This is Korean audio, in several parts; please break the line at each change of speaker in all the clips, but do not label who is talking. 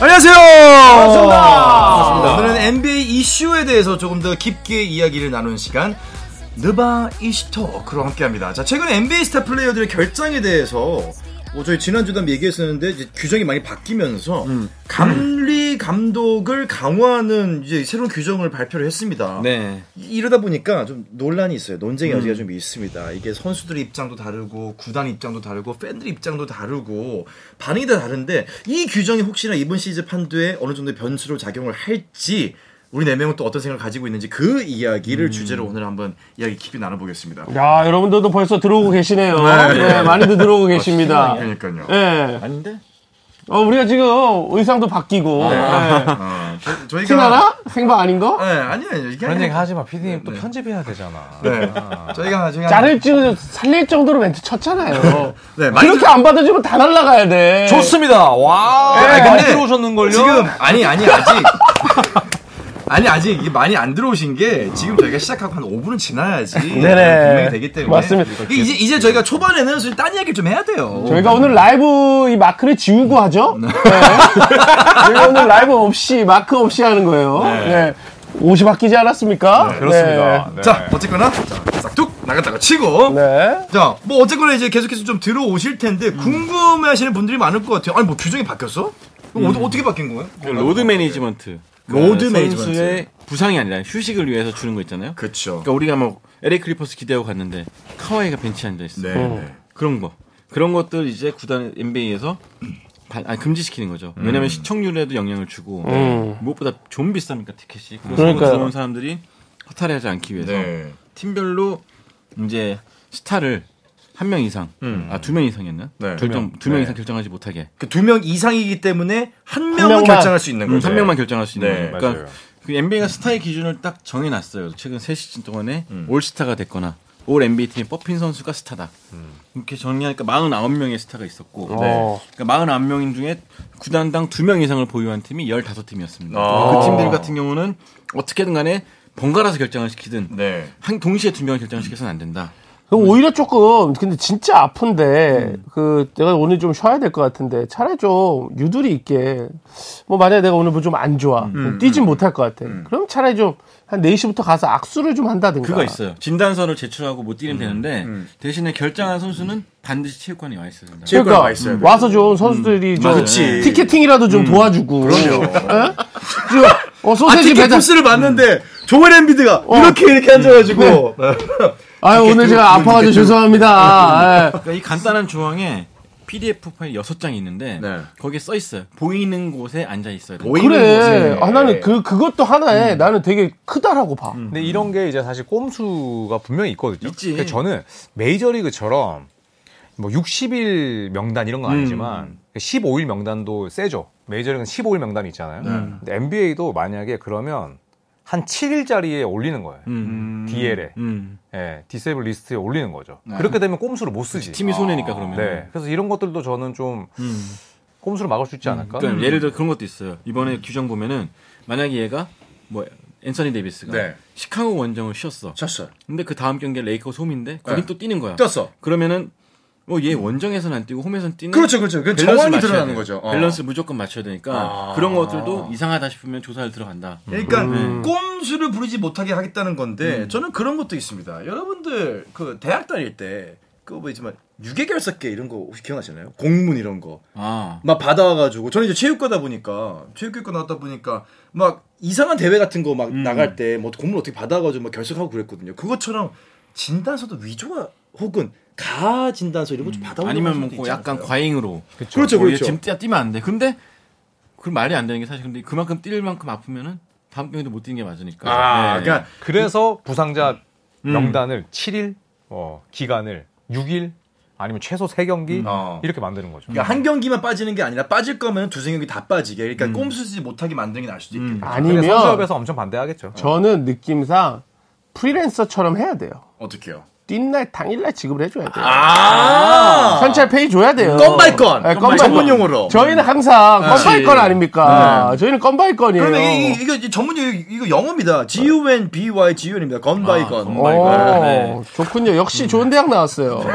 안녕하세요.
반갑습니다.
오늘은 NBA 이슈에 대해서 조금 더 깊게 이야기를 나누는 시간. 느바 이슈토크로 함께합니다. 자, 최근 NBA 스타 플레이어들의 결장에 대해서 뭐 저희 지난주도 한번 얘기했었는데 이제 규정이 많이 바뀌면서
음.
감리 감독을 강화하는 이제 새로운 규정을 발표를 했습니다.
네.
이- 이러다 보니까 좀 논란이 있어요. 논쟁의
음.
여지가 좀 있습니다. 이게 선수들의 입장도 다르고 구단 입장도 다르고 팬들 입장도 다르고 반응이 다 다른데 이 규정이 혹시나 이번 시즌 판도에 어느 정도 변수로 작용을 할지 우리 네 명은 또 어떤 생각을 가지고 있는지 그
음.
이야기를 주제로 오늘 한번 이야기 깊이 나눠보겠습니다.
야, 여러분들도 벌써 들어오고 계시네요. 네, 많이들 들어오고 계십니다.
네.
그러니까요.
예.
아닌데?
어, 우리가 지금 의상도 바뀌고. 예.
어, 저- 저희가
티나나? 생방 아닌 거?
네, 아니요, 아니요. 이게
그런
아니라-
얘기 하지 마. 피디님 또 편집해야 되잖아.
네, 저희가 저희가
나를 지금 살릴 정도로 멘트 쳤잖아요.
네, 많이
그렇게 안 받아주면 다 날라가야 돼.
좋습니다. 와.
예,
네. 많이
근데
들어오셨는걸요?
지금 아니 아니 아직 아니 아직 이게 많이 안 들어오신 게 지금 저희가 시작하고 한 5분은 지나야지 분명히 되기 때문에
맞습니다.
이게 이제 이제 저희가 초반에는 사실 딴 이야기를 좀 해야 돼요.
저희가 오늘 라이브 이 마크를 지우고 하죠? 네. 저희가 오늘 라이브 없이, 마크 없이 하는 거예요. 네. 옷이 바뀌지 않았습니까?
그렇습니다. 네.
자 어쨌거나 자, 싹둑 나갔다가 치고
네.
자 뭐 어쨌거나 이제 계속해서 좀 들어오실 텐데 궁금해하시는 분들이 많을 것 같아요. 아니 뭐 규정이 바뀌었어? 이거 어, 떻게 바뀐 거예요?
그러니까 로드 매니지먼트.
로드
그
매니지먼트.
선수의 부상이 아니라 휴식을 위해서 주는 거 있잖아요. 그, 러
그렇죠.
니까 우리가 뭐 LA 클리퍼스 기대하고 갔는데 카와이가 벤치에 앉아 있어.
네.
요
네.
그런 거. 그런 것들 이제 구단 NBA에서 아, 금지시키는 거죠.
음.
왜냐면 시청률에도 영향을 주고 무엇보다 좀 비쌉니까 티켓이. 그래서
그러니까요.
들어온 사람들이 허탈해하지 않기 위해서
네.
팀별로 이제 스타를 한 명 이상, 아 두 명 이상이었나?
음. 네.
결정 두 명 이상 결정하지 못하게
그 두 명 이상이기 때문에 한 명은
명만.
결정할 수 있는
음,
거죠.
한 명만 결정할 수 있는
네,
거예요. 그러니까
맞아요.
그 NBA가 스타의 기준을 딱 정해놨어요. 최근 3시즌 동안에 올스타가 됐거나 올 NBA 팀에 뽑힌 선수가 스타다. 이렇게 정리하니까 49명의 스타가 있었고
어.
그러니까 49명 중에 구단당 2명 이상을 보유한 팀이 15팀이었습니다.
아.
그 팀들 같은 경우는 어떻게든 간에 번갈아서 결정을 시키든
네.
한 동시에 두 명을 결정시켜서는 안 된다.
그 오히려 조금 근데 진짜 아픈데 그 내가 오늘 좀 쉬어야 될 것 같은데 차라리 좀 유두리 있게 뭐 만약에 내가 오늘 뭐 좀 안 좋아 뛰진 못할 것 같아 그럼 차라리 좀 한 4시부터 가서 악수를 좀 한다든가
그거 있어요. 진단서를 제출하고 못 뛰면 되는데 대신에 결정한 선수는 반드시 체육관에 와 있어야 된다.
그러니까
와 있어야 돼.
와서 좀 선수들이 좀
맞아요.
티켓팅이라도 좀 도와주고 그럼요 어
아,
소세지
티켓
배달 음. 어.
부스를 봤는데 조엘 엠비드가 이렇게 이렇게
네.
앉아가지고 네.
아유 오늘 제가 아파가지고 죄송합니다 예.
그러니까 이 간단한 조항에 PDF 파일 6장이 있는데
네.
거기에 써 있어요. 보이는 곳에 앉아 있어야 돼.
보이는 네. 예.
그래
곳에.
아, 나는 그 그것도 하나에 나는 되게 크다라고 봐
근데 이런 게 이제 사실 꼼수가 분명히 있거든요.
있지.
그러니까 저는 메이저리그처럼 뭐 60일 명단 이런 건 아니지만 15일 명단도 세죠. 메이저리그는 15일 명단이 있잖아요. 근데 NBA도 만약에 그러면 한 7일짜리에 올리는 거예요.
음.
DL에.
음.
예, 디세이블 리스트에 올리는 거죠. 그렇게 되면 꼼수를 못 쓰지.
팀이
아,
손해니까 그러면.
네. 그래서 이런 것들도 저는 좀 꼼수를 막을 수 있지 않을까?
음. 그러니까
음.
예를 들어 그런 것도 있어요. 이번에 규정 보면은 만약에 얘가 뭐 앤서니 데이비스가
네.
시카고 원정을 쉬었어.
쳤어요.
근데 그 다음 경기가 레이커스 홈인데 거긴
네.
또 뛰는 거야.
떴어.
그러면은 뭐 얘 원정에서는 안 뛰고 홈에서는 뛰는
그렇죠, 그렇죠. 그
밸런스를
정황이
맞춰야
드러나는
돼요.
거죠. 어.
밸런스를 무조건 맞춰야 되니까
아.
그런 것들도 이상하다 싶으면 조사를 들어간다.
그러니까
음.
꼼수를 부리지 못하게 하겠다는 건데 저는 그런 것도 있습니다. 여러분들 그 대학 다닐 때 그거 뭐지만 유계결석계 이런 거 혹시 기억나시나요? 공문 이런 거.
아.
막 받아와가지고 저는 이제 체육과다 보니까 체육교육과 나왔다 보니까 막 이상한 대회 같은 거 막
음.
나갈 때 뭐 공문 어떻게 받아가지고 막 결석하고 그랬거든요. 그것처럼 진단서도 위조가 혹은 가 진단서 이런 거 좀 받아오는
아니면
경우도
뭐
있지
약간
않을까요?
과잉으로
그렇죠,
뭐
그렇죠.
지금 뛰- 뛰면 안 돼. 근데 그 말이 안 되는 게 사실 근데 그만큼 뛸 만큼 아프면은 다음 경기도 못 뛰는 게 맞으니까.
아,
네.
그러니까
그래서 부상자
음.
명단을 7일 어, 기간을 6일 아니면 최소 3경기
음.
어.
이렇게 만드는 거죠.
그러니까 한 경기만 빠지는 게 아니라 빠질 거면 두세 경기 다 빠지게
음.
그러니까 꼼수 쓰지 못하게 만드는 게 나을 수도 있겠다.
근데
아니면
선수협에서 엄청 반대하겠죠.
저는 느낌상 프리랜서처럼 해야 돼요.
어떻게요?
뛴날 당일날 지급을 해줘야 돼요.
아,
현찰 페이 줘야
어.
돼요.
건발건.
아,
네, 건발건.
전문 용어로.
저희는 항상 건발건 아닙니까? 저희는 건발건이에요.
네. 그러면 이, 이- 이거 전문 용어 이거 영어입니다. G U N B Y G U N입니다. 건 어. 바이
아,
건.
건 바이
오,
건발. 네.
좋군요. 역시 좋은 대학 나왔어요. 네.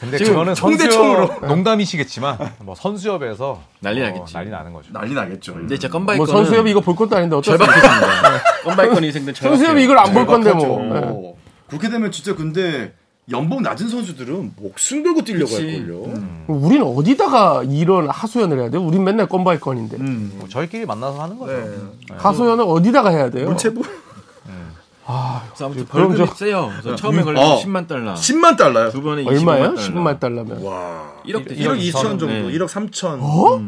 근데
지금
그거는
총대총으로.
선수협 농담이시겠지만 뭐 선수협에서
난리
어,
나겠지.
난리 나는 거죠.
난리 나겠죠.
근데 제 건바이
뭐
건은
선수협이 이거 볼 것도 아닌데 어쩔 수 없어.
절박해집니다. 건바이 건 인생들
선수협이 이걸 안 볼 건데 뭐. 네.
어. 그렇게 되면 진짜 근데 연봉 낮은 선수들은 목숨 걸고 뛰려고
그치. 음.
할걸요.
우린 어디다가 이런 하소연을 해야 돼요? 우린 맨날 건바이 건인데.
음.
뭐 저희끼리 만나서 하는
음.
거죠.
네.
하소연을 어디다가 해야 돼요?
문체부
아무튼
그럼
벌금이
저-
세요. 그래서 처음에 걸리면
어.
10만 달러.
10만 달러요.
두 번에 20만
얼마예요?
달러.
10만 달러면.
와.
1억
1억 2천 정도,
네.
1억 3천.
어?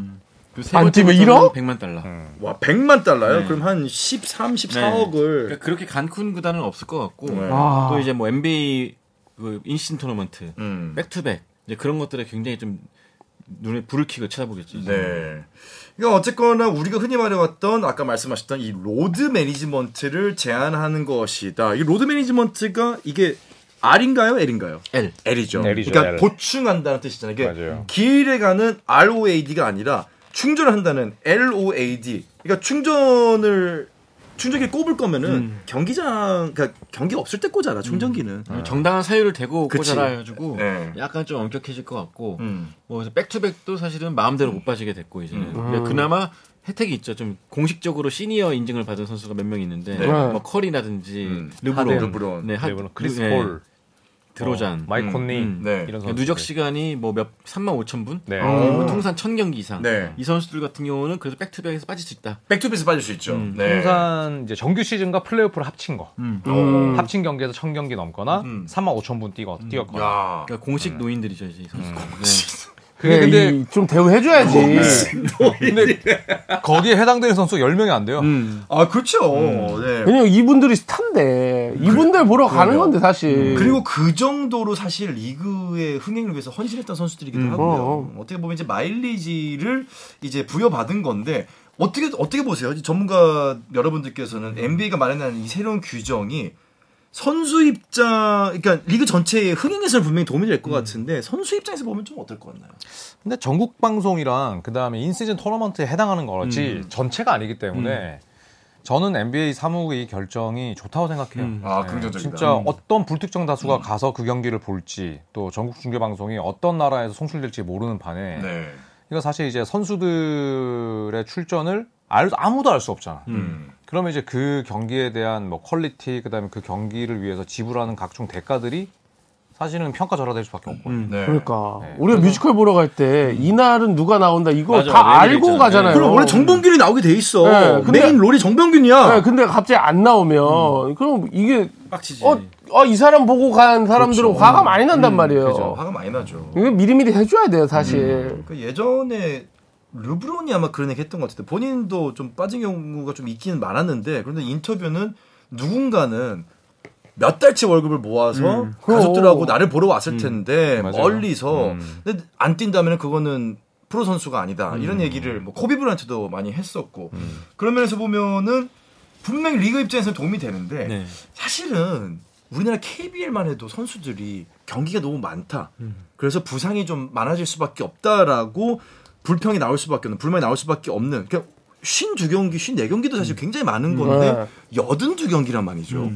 그세
안
번째
뛰면
부터는
일억? 네.
100만 달러.
와, 100만 달러요? 그럼 한 13, 14억을.
네. 그러니까 그렇게 간큰 구단은 없을 것 같고
네.
아.
또 이제 뭐 NBA 그 인신 토너먼트
음.
백투백 이제 그런 것들에 굉장히 좀 눈에 불을 켜고 쳐다보겠지. 이제.
네. 그러니까 어쨌거나 우리가 흔히 말해왔던 아까 말씀하셨던 이 로드 매니지먼트를 제안하는 것이다. 이 로드 매니지먼트가 이게 R인가요, L인가요?
네.
L.
L이죠.
L이죠,
그러니까
L.
보충한다는 뜻이잖아요. 이게
맞아요.
길에 가는 ROAD가 아니라 충전한다는 LOAD. 그러니까 충전을 충전기 꼽을 거면은
음.
경기장 그러니까 경기 없을 때 꽂아라 충전기는.
음.
음.
정당한 사유를 대고
그치.
꽂아라 해가지고
네.
약간 좀 엄격해질 것 같고
음.
뭐 그래서 백투백도 사실은 마음대로 못 빠지게 됐고 이제 는
음.
근데 그나마 혜택이 있죠. 좀 공식적으로 시니어 인증을 받은 선수가 몇 명 있는데 뭐 커리라든지
음.
르브론,
르브론.
네, 하-
그리고 네. 크리스
네,
폴,
드로잔,
어, 마이크 콘리
음.
네.
이런
그러니까
선수
누적 시간이 뭐몇 3만 5천 분,
네.
그리고 뭐 통산 1,000경기 이상.
네.
이 선수들 같은 경우는 그래서 백투백에서 빠질 수 있다.
백투비스 빠질 수 있죠.
음.
네.
통산 이제 정규 시즌과 플레이오프를 합친 거.
음.
합친 경기에서 천 경기 넘거나 3만 5천 분 뛰거 뛰었거나.
음. 야.
그러니까 공식 노인들이죠 이제 이 선수. 네.
그게 근데
이- 좀
뭐,
대우해줘야지.
네.
근데 거기에 해당되는 선수 10명이 안 돼요.
음.
아 그렇죠.
음.
네.
왜냐면 이분들이 스타인데 이분들 보러 가는 건데 사실.
그리고 그 정도로 사실 리그의 흥행을 위해서 헌신했던 선수들이기도
음.
하고요. 어떻게 보면 이제 마일리지를 이제 부여받은 건데 어떻게 어떻게 보세요? 이제 전문가 여러분들께서는 NBA가 마련하는 이 새로운 규정이 선수 입장, 그러니까 리그 전체의 흥행에서는 분명히 도움이 될
음.
것 같은데 선수 입장에서 보면 좀 어떨 것 같나요?
근데 전국 방송이랑 그다음에 인시즌 토너먼트에 해당하는 거지
음.
전체가 아니기 때문에 저는 NBA 사무국의 이 결정이 좋다고 생각해요.
음.
아,
네,
긍정적이다.
진짜
음.
어떤 불특정 다수가 가서 그 경기를 볼지 또 전국 중계 방송이 어떤 나라에서 송출될지 모르는 반에
네.
이거 사실 이제 선수들의 출전을 알- 아무도 알 수 없잖아.
음.
그러면 이제 그 경기에 대한 뭐 퀄리티 그다음에 그 경기를 위해서 지불하는 각종 대가들이 사실은 평가절하될 수밖에 없고. 요
네.
그러니까
네.
우리가 뮤지컬 보러 갈 때 이날은 누가 나온다 이거
맞아,
다
레벨이
알고
있잖아요.
가잖아요.
그럼 원래 정봉균이 나오게 돼 있어.
네, 근데-
메인 롤이 정병균이야.
네, 근데 갑자기 안
음.
나오면 그럼 이게
빡치지.
어, 어, 이 사람 보고 간 사람들은 화가 많이 난단 말이에요.
그렇죠. 음. 그죠. 화가 많이 나죠.
이거 미리미리 해줘야 돼요, 사실.
음.
그 예전에 르브론이 아마 그런 얘기 했던 것 같은데 본인도 좀 빠진 경우가 좀 있기는 많았는데 그런데 인터뷰는 누군가는 몇 달치 월급을 모아서 가족들하고
그럼.
나를 보러 왔을 텐데
음. 맞아요.
멀리서 근데 안 뛴다면 그거는 프로 선수가 아니다 이런 얘기를 뭐 코비 브란트도 많이 했었고 그런 면에서 보면은 분명히 리그 입장에서는 도움이 되는데
네.
사실은 우리나라 KBL만 해도 선수들이 경기가 너무 많다. 그래서 부상이 좀 많아질 수밖에 없다라고 불평이 나올 수밖에 없는 불만이 나올 수밖에 없는. 그러니까 52경기, 54경기도 사실 굉장히 많은 건데 82경기란 말이죠.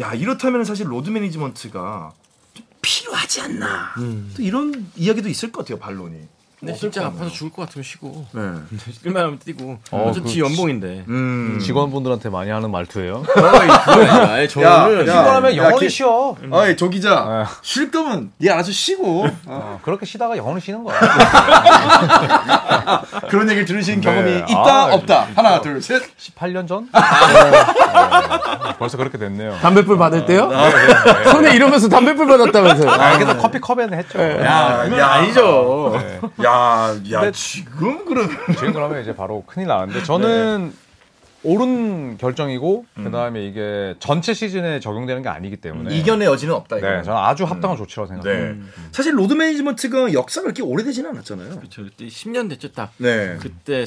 야, 이렇다면 사실 로드 매니지먼트가 좀 필요하지 않나. 음. 또 이런 이야기도 있을 것 같아요, 반론이.
근데 진짜 아파서 죽을 것 같으면 쉬고
네.
뛸만 하면 뛰고.
어,
어차피
그-
지 연봉인데.
음.
직원분들한테 많이 하는 말투예요.
아니, 저는
야,
휴가하면
야,
영원히
기-
쉬어.
아이, 조 기자.
아.
쉴 거면 네 알아서 쉬고. 어,
어, 그렇게 쉬다가 영원히 쉬는 거야.
그런 얘기를 들으신 경험이
네.
있다,
아,
없다. 하나, 둘, 셋.
18년 전? 아, 네. 벌써 그렇게 됐네요.
담배불 받을 때요?
아, 네.
손에 이러면서 담배불 받았다면서요?
아, 그래서 커피 컵에는 했죠.
야, 그건 아, 아니죠.
네.
야, 야,
근데-
지금 그러면.
음. 지금 그러면 이제 바로 큰일 나는데 저는 옳은 결정이고 네. 그다음에 이게 전체 시즌에 적용되는 게 아니기 때문에
이견의 여지는 없다. 이거.
네, 저는 아주 합당한 조치라고
네.
생각해요.
사실 로드 매니지먼트가 역사가 그렇게 오래되진 않았잖아요.
그쵸, 그때 10년 됐죠 딱.
네.
그때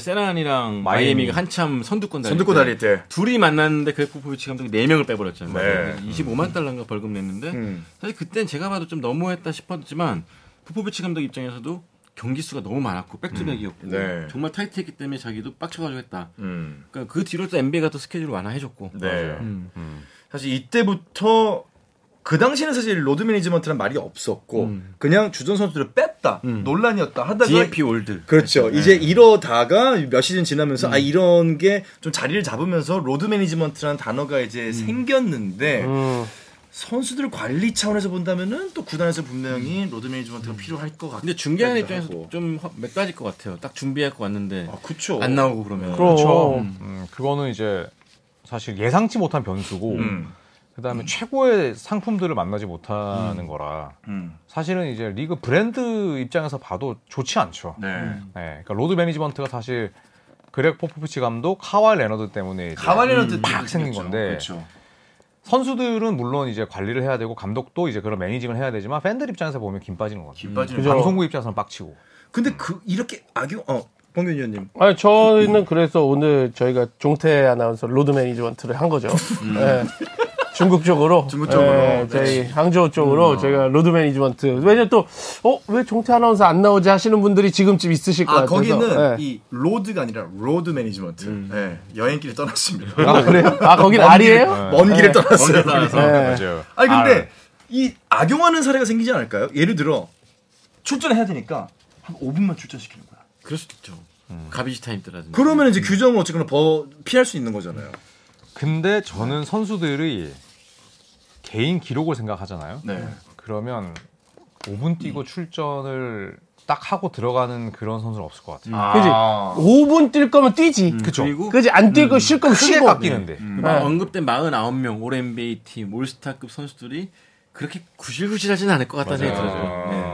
마이애미.
세란이랑 마이애미가 한참 선두권 달릴
선두권
때
달릴 때.
둘이 만났는데 그레프 포비치 감독이 4명을 빼버렸잖아요.
네.
25만 달러인가 벌금 냈는데
음.
사실 그땐 제가 봐도 좀 너무했다 싶었지만 포포비치 감독 입장에서도 경기 수가 너무 많았고 백투백이었고
네.
정말 타이트했기 때문에 자기도 빡쳐가지고 했다.
음.
네. 그러니까 그 뒤로 또 NBA가 또 스케줄을 완화해줬고
네.
음.
사실 이때부터 그 당시에는 사실 로드 매니지먼트란 말이 없었고 그냥 주전 선수들을 뺐다 논란이었다 하다가
DAP 올드.
음. 그렇죠. 이제 이러다가 몇 시즌 지나면서 아 이런 게 음. 좀 자리를 잡으면서 로드 매니지먼트라는 단어가 이제 생겼는데
음.
선수들 관리 차원에서 본다면은 또 구단에서 분명히 로드 매니지먼트가 필요할 것 같고.
근데 중계하는 입장에서 좀몇 가지일 것 같아요. 딱 준비하고 왔는데
네. 아, 그쵸.
안 나오고 그러면.
그럼.
그렇죠.
음.
음, 그거는 이제 사실 예상치 못한 변수고
음.
그다음에 최고의 상품들을 만나지 못하는 거라
음.
사실은 이제 리그 브랜드 입장에서 봐도 좋지 않죠.
네.
네, 그러니까 로드 매니지먼트가 사실 그렉 포포비치 감독, 카와 레너드 때문에 이제
가발이라는
음, 팍 생긴 건데.
그렇죠.
음.
선수들은 물론 이제 관리를 해야 되고 감독도 이제 그런 매니징을 해야 되지만 팬들 입장에서 보면 김 빠지는 거죠.
김 빠지는
음,
거.
방송국 입장에서는 빡치고.
근데 그 이렇게 악용 어 봉균 위원님.
아니, 저희는 그래서 오늘 저희가 종태 아나운서 로드 매니지먼트를 한 거죠. 예. 중국 쪽으로.
음. 중국 쪽으로. 네. 음.
예, 저희 항저우 쪽으로 저희가 로드 매니지먼트. 왜냐면 또, 어, 왜 종태 아나운서 안 나오지 하시는 분들이 지금쯤 있으실 것
아
같아서.
거기는
예.
이 로드가 아니라 로드 매니지먼트. 예. 여행길을 떠났습니다.
아, 그래요? 아, 거긴 알이에요?
먼 길을 떠났어요.
떠나서.
네.
예.
맞아요.
아니 근데 이 악용하는 사례가 생기지 않을까요? 예를 들어 출전을 해야 되니까 한 5분만 출전시키는 거야.
그럴 수도 있죠. 가비지 타임 때라든지.
음. 그러면 이제 규정을 어쨌거나 버, 피할 수 있는 거잖아요.
근데 저는 선수들이 개인 기록을 생각하잖아요.
네.
그러면 5분 뛰고
음.
출전을 딱 하고 들어가는 그런 선수는 없을 것
음.
같아요.
그지? 5분 뛸 거면 뛰지.
그쵸.
그리고
그지? 안 뛸 거, 쉴 거면
크게
쉬고.
깎이는데.
음.
막 언급된 49명 올 NBA 팀 올스타급 선수들이 그렇게 구실구실하진 않을 것 같다는 생각이 들어요.
아.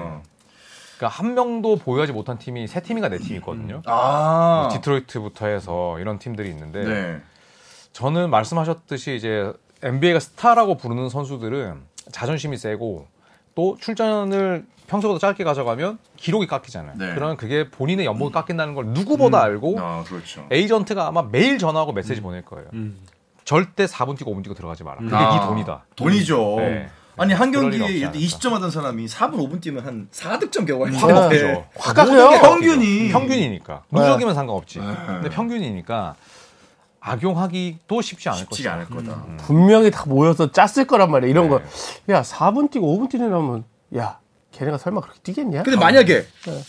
그러니까 한 명도 보유하지 못한 팀이 세 팀이가 네 팀이거든요.
아.
디트로이트부터 해서 이런 팀들이 있는데
네.
저는 말씀하셨듯이 이제 NBA가 스타라고 부르는 선수들은 자존심이 세고 또 출전을 평소보다 짧게 가져가면 기록이 깎이잖아요.
네. 음.
그러면 그게 본인의 연봉이 깎인다는 걸 누구보다 알고
아 그렇죠.
어? 에이전트가 아마 매일 전화하고 메시지 보낼 거예요. 절대 4분 뛰고 5분 뛰고 들어가지 마라. 그게
아.
네 돈이다.
돈이죠.
네.
아니 한
그럴
경기에
리가 없지
예를 들어
않을까. 음.
20점 하던 사람이 4분 5분 뛰면 한 4득점 겨우
확
네.
아, 먹히죠.
예. 확 깎여요.
평균이
평균이니까. 누적이면 상관없지. 근데 평균이니까 악용하기도 쉽지
아,
않을
쉽지
그렇죠.
것이다.
않을 거다.
음.
분명히 다 모여서 짰을 거란 말이야. 이런 거. 야, 4분 뛰고 5분 뛰려면, 야, 걔네가 설마 그렇게 뛰겠냐?
근데 만약에
아, 네.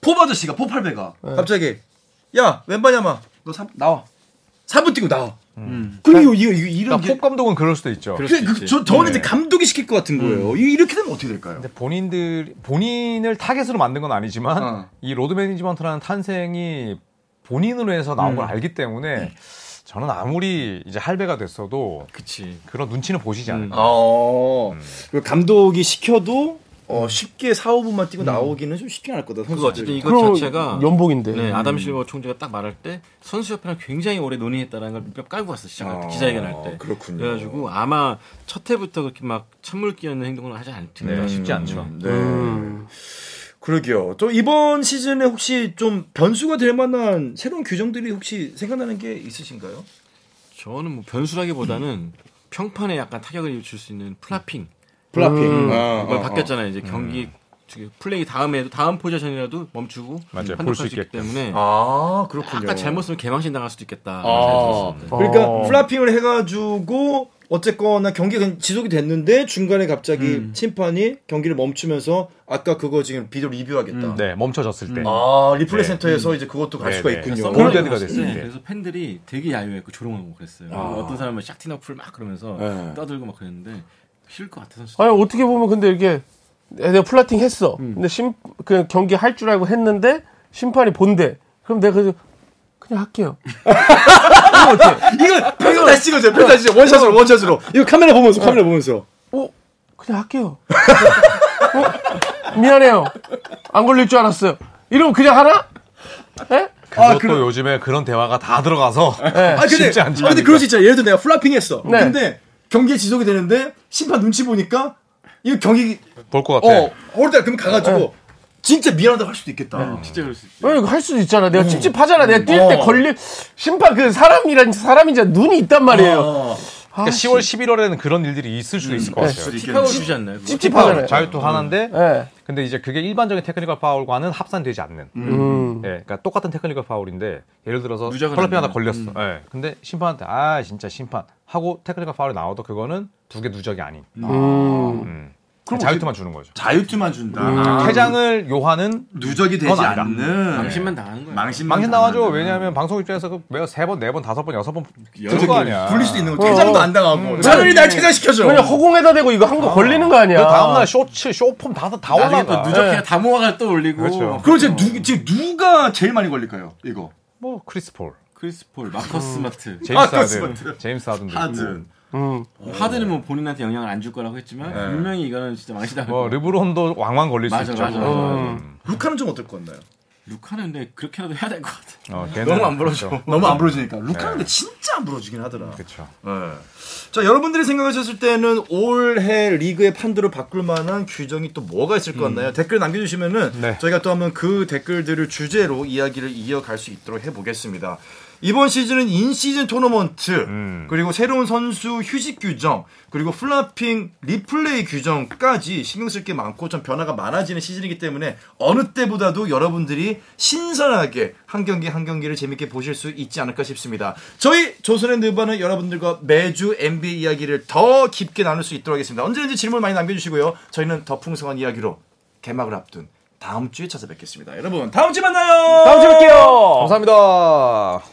포바저씨가 포팔배가 갑자기 야 웬바냐마 너 3, 나와 3분 뛰고 나와 그리고 이거 이거 이런
그러니까
게
폭 감독은 그럴 수도 있죠.
음. 그럴
그,
수도
그,
있지. 네.
저,
음.
저는 이제 감독이 시킬 것 같은 거예요. 이- 이렇게 되면 어떻게 될까요?
근데 본인들 본인을 타겟으로 만든 건 아니지만
어.
이 로드 매니지먼트라는 탄생이 본인으로 해서 나온 걸 알기 때문에 저는 아무리 이제 할배가 됐어도
그치.
그런 눈치는 보시지
음.
않을까.
어,
음.
그리고 감독이 시켜도 어, 쉽게 4, 5분만 뛰고 나오기는 좀 쉽지 않을 거다.
음. 그 어쨌든 이것
그럼
자체가
연봉인데.
네, 아담 실버 총재가 딱 말할 때 선수협회랑 굉장히 오래 논의했다라는 걸 몇 깔고 왔어 시작할 때
아,
기자회견할 때
그렇군요.
래가지고 아마 첫 해부터 그렇게 막 찬물 끼얹는 행동을 하지 음, 않을 텐데
네, 쉽지 않죠.
네. 그러게요. 또 이번 시즌에 혹시 좀 변수가 될 만한 새로운 규정들이 혹시 생각나는 게 있으신가요?
저는 뭐 변수라기보다는 평판에 약간 타격을 줄 수 있는 플라핑
블라핑.
이걸 바뀌었잖아요 이제 경기 저기 플레이 다음에도 다음 포지션이라도 멈추고
맞아요.
판독할
볼수
수 있기
있게끔.
때문에
아, 그렇군요.
약간 잘못 쓰면 개망신 당할 수도 있겠다
아, 그러니까 플라핑을 해가지고 어쨌거나 경기가 그냥 지속이 됐는데 중간에 갑자기 심판이 경기를 멈추면서 아까 그거 지금 비디오 리뷰하겠다.
네, 멈춰졌을 때.
아 리플레이 센터에서 이제 그것도 갈
네,
수가
네.
있군요.
썸머리
그런-
골드가 됐을 때.
네, 그래서 팬들이 되게 야유했고 조롱하고 그랬어요. 어떤 사람은 샥티너풀 막 그러면서 떠들고 막 그랬는데 싫을 것 같아 선수.
아니, 어떻게 보면 근데 이게, 내가 플라팅 했어. 근데 심, 그 경기 할 줄 알고 했는데, 심판이 본대. 그럼 내가 그래서, 그냥 할게요.
이거 표정 다시 찍어줘요. 표정 다시 찍어. 원샷으로 원샷으로. 이거 카메라 보면서 카메라 보면서.
어? 그냥 할게요. 어? 미안해요. 안 걸릴 줄 알았어요. 이러면 그냥 하나? 예?
그것도 요즘에 그런 대화가 다 들어가서
아 근데
쉽지 않지.
아, 근데 그럴 수 있잖아. 예를 들어 내가 플라핑 했어.
네.
근데 경기에 지속이 되는데 심판 눈치 보니까 이거 경기
볼 것 같아. 그러니까
어 어르다 그럼 가가지고
네.
진짜 미안하다 할 수도 있겠다.
진짜 그럴 수 있어.
왜 이거 할 수도 있잖아. 내가 찝찝하잖아. 내가 뛸 때
어. 아.
걸릴 심판 그 사람이란 사람이자 눈이 있단 말이에요.
그러니까 10월, 11월에는 그런 일들이 있을 수도 있을 것 같아요.
찝찝하고 주지 않나요? 그거?
찝찝하잖아요.
자유투 하나인데
예.
근데 이제 그게 일반적인 테크니컬 파울과는 합산되지 않는.
음.
예, 그러니까 똑같은 테크니컬 파울인데 예를 들어서
누적은
컬러핀
안
하나 걸렸어. 예, 근데 심판한테 아 진짜 심판 하고 테크니컬 파울이 나와도 그거는 두 개 누적이 아닌.
음.
음. 자유투만 주는 거죠.
자유투만 준다. 아,
음. 퇴장을 요하는
누적이 되지
그건 아니다.
않는
네. 당신만 당하는
망신만
음.
거예요.
당하는.
망신 나와죠. 왜냐하면 방송 입장에서 그 매우 세 번, 네 번, 다섯 번, 여섯 번
여러
들을 거 아니야. 음.
불릴 수도 있는 거.
어.
퇴장도 안 당하고. 차라리 날 퇴장시켜줘.
그냥 허공에다 대고 이거 한 거 걸리는 거 아니야.
그 다음날 쇼츠, 쇼폼 다, 다
나중에 또
올라가.
누적해 다 모아가 또 올리고.
그렇죠.
그럼 이제 누 지금 누가 제일 많이 걸릴까요? 이거
뭐 크리스 폴,
크리스 폴, 마커스 마트.
아,
제임스
크리스
하든, 제임스 하든도 그
하든.
있고.
음.
하드는 뭐 본인한테 영향을 안 줄 거라고 했지만 분명히 이거는 진짜 망신당할
뭐
거.
르브론도 왕왕 걸릴 수
맞아,
있죠. 어,
맞아, 맞아.
음.
루카는 좀 어떨 것 같나요?
루카는 근데 그렇게라도 해야 될 것 같아.
어, 너무 안 부러져. 네.
너무 안 부러지니까. 루카는 근데 진짜 안 부러지긴 하더라.
그렇죠.
예. 자, 여러분들이 생각하셨을 때는 올해 리그의 판도를 바꿀 만한 규정이 또 뭐가 있을 것 같나요? 댓글 남겨주시면은
음. 네.
저희가 또 한번 그 댓글들을 주제로 이야기를 이어갈 수 있도록 해보겠습니다. 이번 시즌은 인시즌 토너먼트,
음.
그리고 새로운 선수 휴식 규정, 그리고 플라핑 리플레이 규정까지 신경 쓸 게 많고 좀 변화가 많아지는 시즌이기 때문에 어느 때보다도 여러분들이 신선하게 한 경기 한 경기를 재밌게 보실 수 있지 않을까 싶습니다. 저희 조선의 느바는 여러분들과 매주 NBA 이야기를 더 깊게 나눌 수 있도록 하겠습니다. 언제든지 질문 많이 남겨주시고요. 저희는 더 풍성한 이야기로 개막을 앞둔 다음 주에 찾아뵙겠습니다. 여러분 다음 주에 만나요.
다음 주에 뵐게요.
감사합니다.